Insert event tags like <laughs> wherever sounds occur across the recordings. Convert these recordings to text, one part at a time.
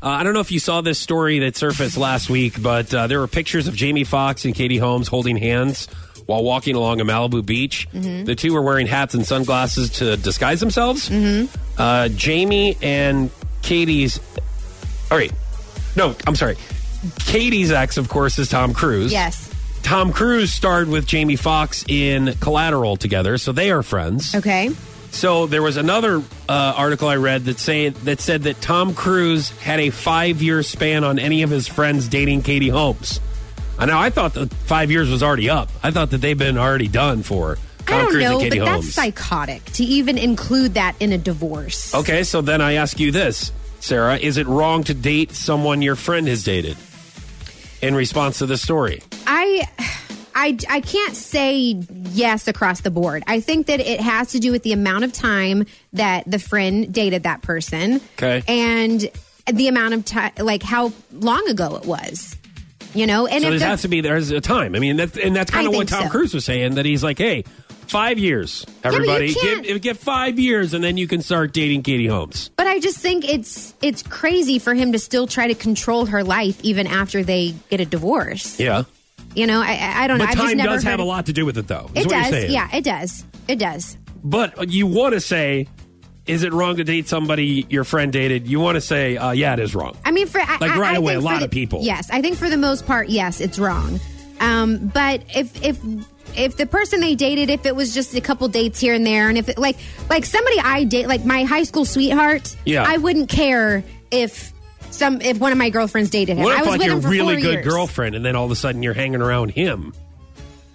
Uh, I don't know if you saw this story that surfaced last week, but uh, there were pictures of Jamie Foxx and Katie Holmes holding hands while walking along a Malibu beach. The two were wearing hats and sunglasses to disguise themselves. Uh, Jamie and Katie's. All right. No, I'm sorry. Katie's ex, of course, is Tom Cruise. Yes. Tom Cruise starred with Jamie Foxx in Collateral together, so they are friends. Okay. So there was another uh, article I read that say that said that Tom Cruise had a five year span on any of his friends dating Katie Holmes. I know I thought that five years was already up. I thought that they've been already done for Tom I don't Cruise know, and but Katie that's Holmes. psychotic to even include that in a divorce. okay, so then I ask you this, Sarah: Is it wrong to date someone your friend has dated? In response to this story, I. I, I can't say yes across the board. I think that it has to do with the amount of time that the friend dated that person. Okay. And the amount of time, like how long ago it was, you know? And so there if has the, to be there's a time. I mean, that's, and that's kind I of what think Tom so. Cruise was saying that he's like, hey, five years, but you everybody, can't- get, get five years, and then you can start dating Katie Holmes. but I just think it's, it's crazy for him to still try to control her life even after they get a divorce. Yeah, You know, I, I I don't know. but I've just time never does heard have a of- lot to do with it, though. is It what you're does. saying. Yeah, it does. It does. But you want to say, is it wrong to date somebody your friend dated? You want to say, uh, yeah, it is wrong. I mean, for I, Like, I- right I away, think a for lot the- of people. Yes, I think for the most part, yes, it's wrong. Um, but if if if the person they dated, if it was just a couple dates here and there, and if it like like somebody I date, like my high school sweetheart, Yeah. I wouldn't care if some if one of my girlfriends dated him. What I if was like with your him for really four good years. girlfriend, and then all of a sudden you're hanging around him?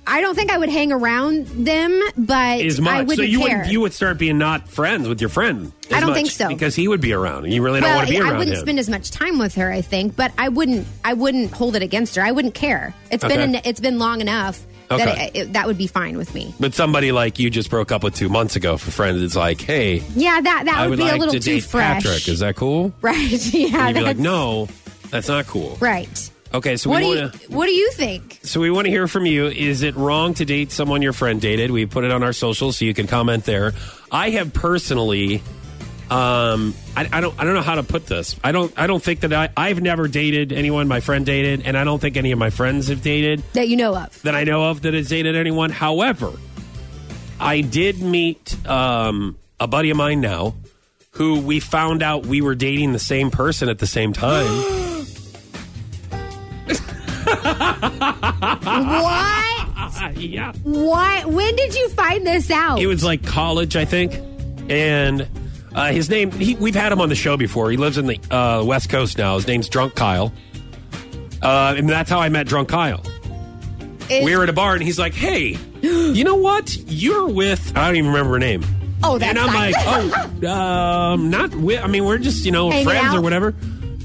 I don't think I would hang around them, but Is I much wouldn't so you care. would you would start being not friends with your friend. as I don't much think so. because he would be around, and you really don't well, want to be I around wouldn't him. spend as much time with her, I think, but I wouldn't. I wouldn't hold it against her. I wouldn't care. It's Okay. been an, it's been long enough that Okay. it, it, that would be fine with me. But somebody like you just broke up with two months ago for friends. It's like, hey, Yeah, that that I would be like a little to too date fresh. Patrick. Is that cool? <laughs> right? <laughs> Yeah, And you'd be like, that's- no, that's not cool. Right. Okay, so What we do want you to. What do you think? So we want to hear from you. Is it wrong to date someone your friend dated? We put it on our socials, so you can comment there. I have personally, um, I, I don't, I don't know how to put this. I don't, I don't think that I, I've never dated anyone my friend dated, and I don't think any of my friends have dated That you know <laughs> of? that I know of that has dated anyone. However, I did meet um, a buddy of mine now who we found out we were dating the same person at the same time. what? yeah. What? When did you find this out? It was like college, I think. And uh, his name, he, we've had him on the show before. He lives in the uh, West Coast now. His name's Drunk Kyle. Uh, and that's how I met Drunk Kyle. Is- we were at a bar and he's like, "Hey, you know what? You're with I don't even remember her name." Oh, that's and I'm nice. like, <laughs> "Oh, um, not with. I mean, we're just you know Hanging friends or out. whatever."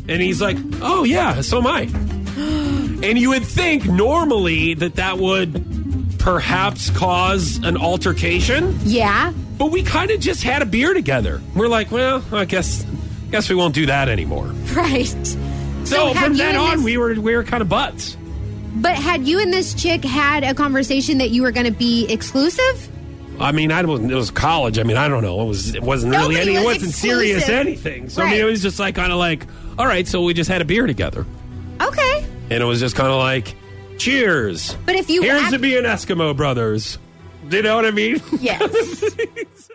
And he's like, "Oh yeah, so am <gasps> I." and you would think normally that that would perhaps cause an altercation, yeah. <laughs> but we kind of just had a beer together. We're like, "Well, I guess, guess we won't do that anymore." Right. So, have from you then and on, this- we were we were kind of butts. But had you and this chick had a conversation that you were going to be exclusive? I mean, I wasn't. It was college. I mean, I don't know. It was. It wasn't really. Nobody Any, it was wasn't serious. exclusive. Anything. So I mean, it Right. was just like kind of like, all right. So we just had a beer together, Okay. and it was just kind of like, cheers. But if you here's act- to being Eskimo brothers. Do you know what I mean? <laughs> Yes.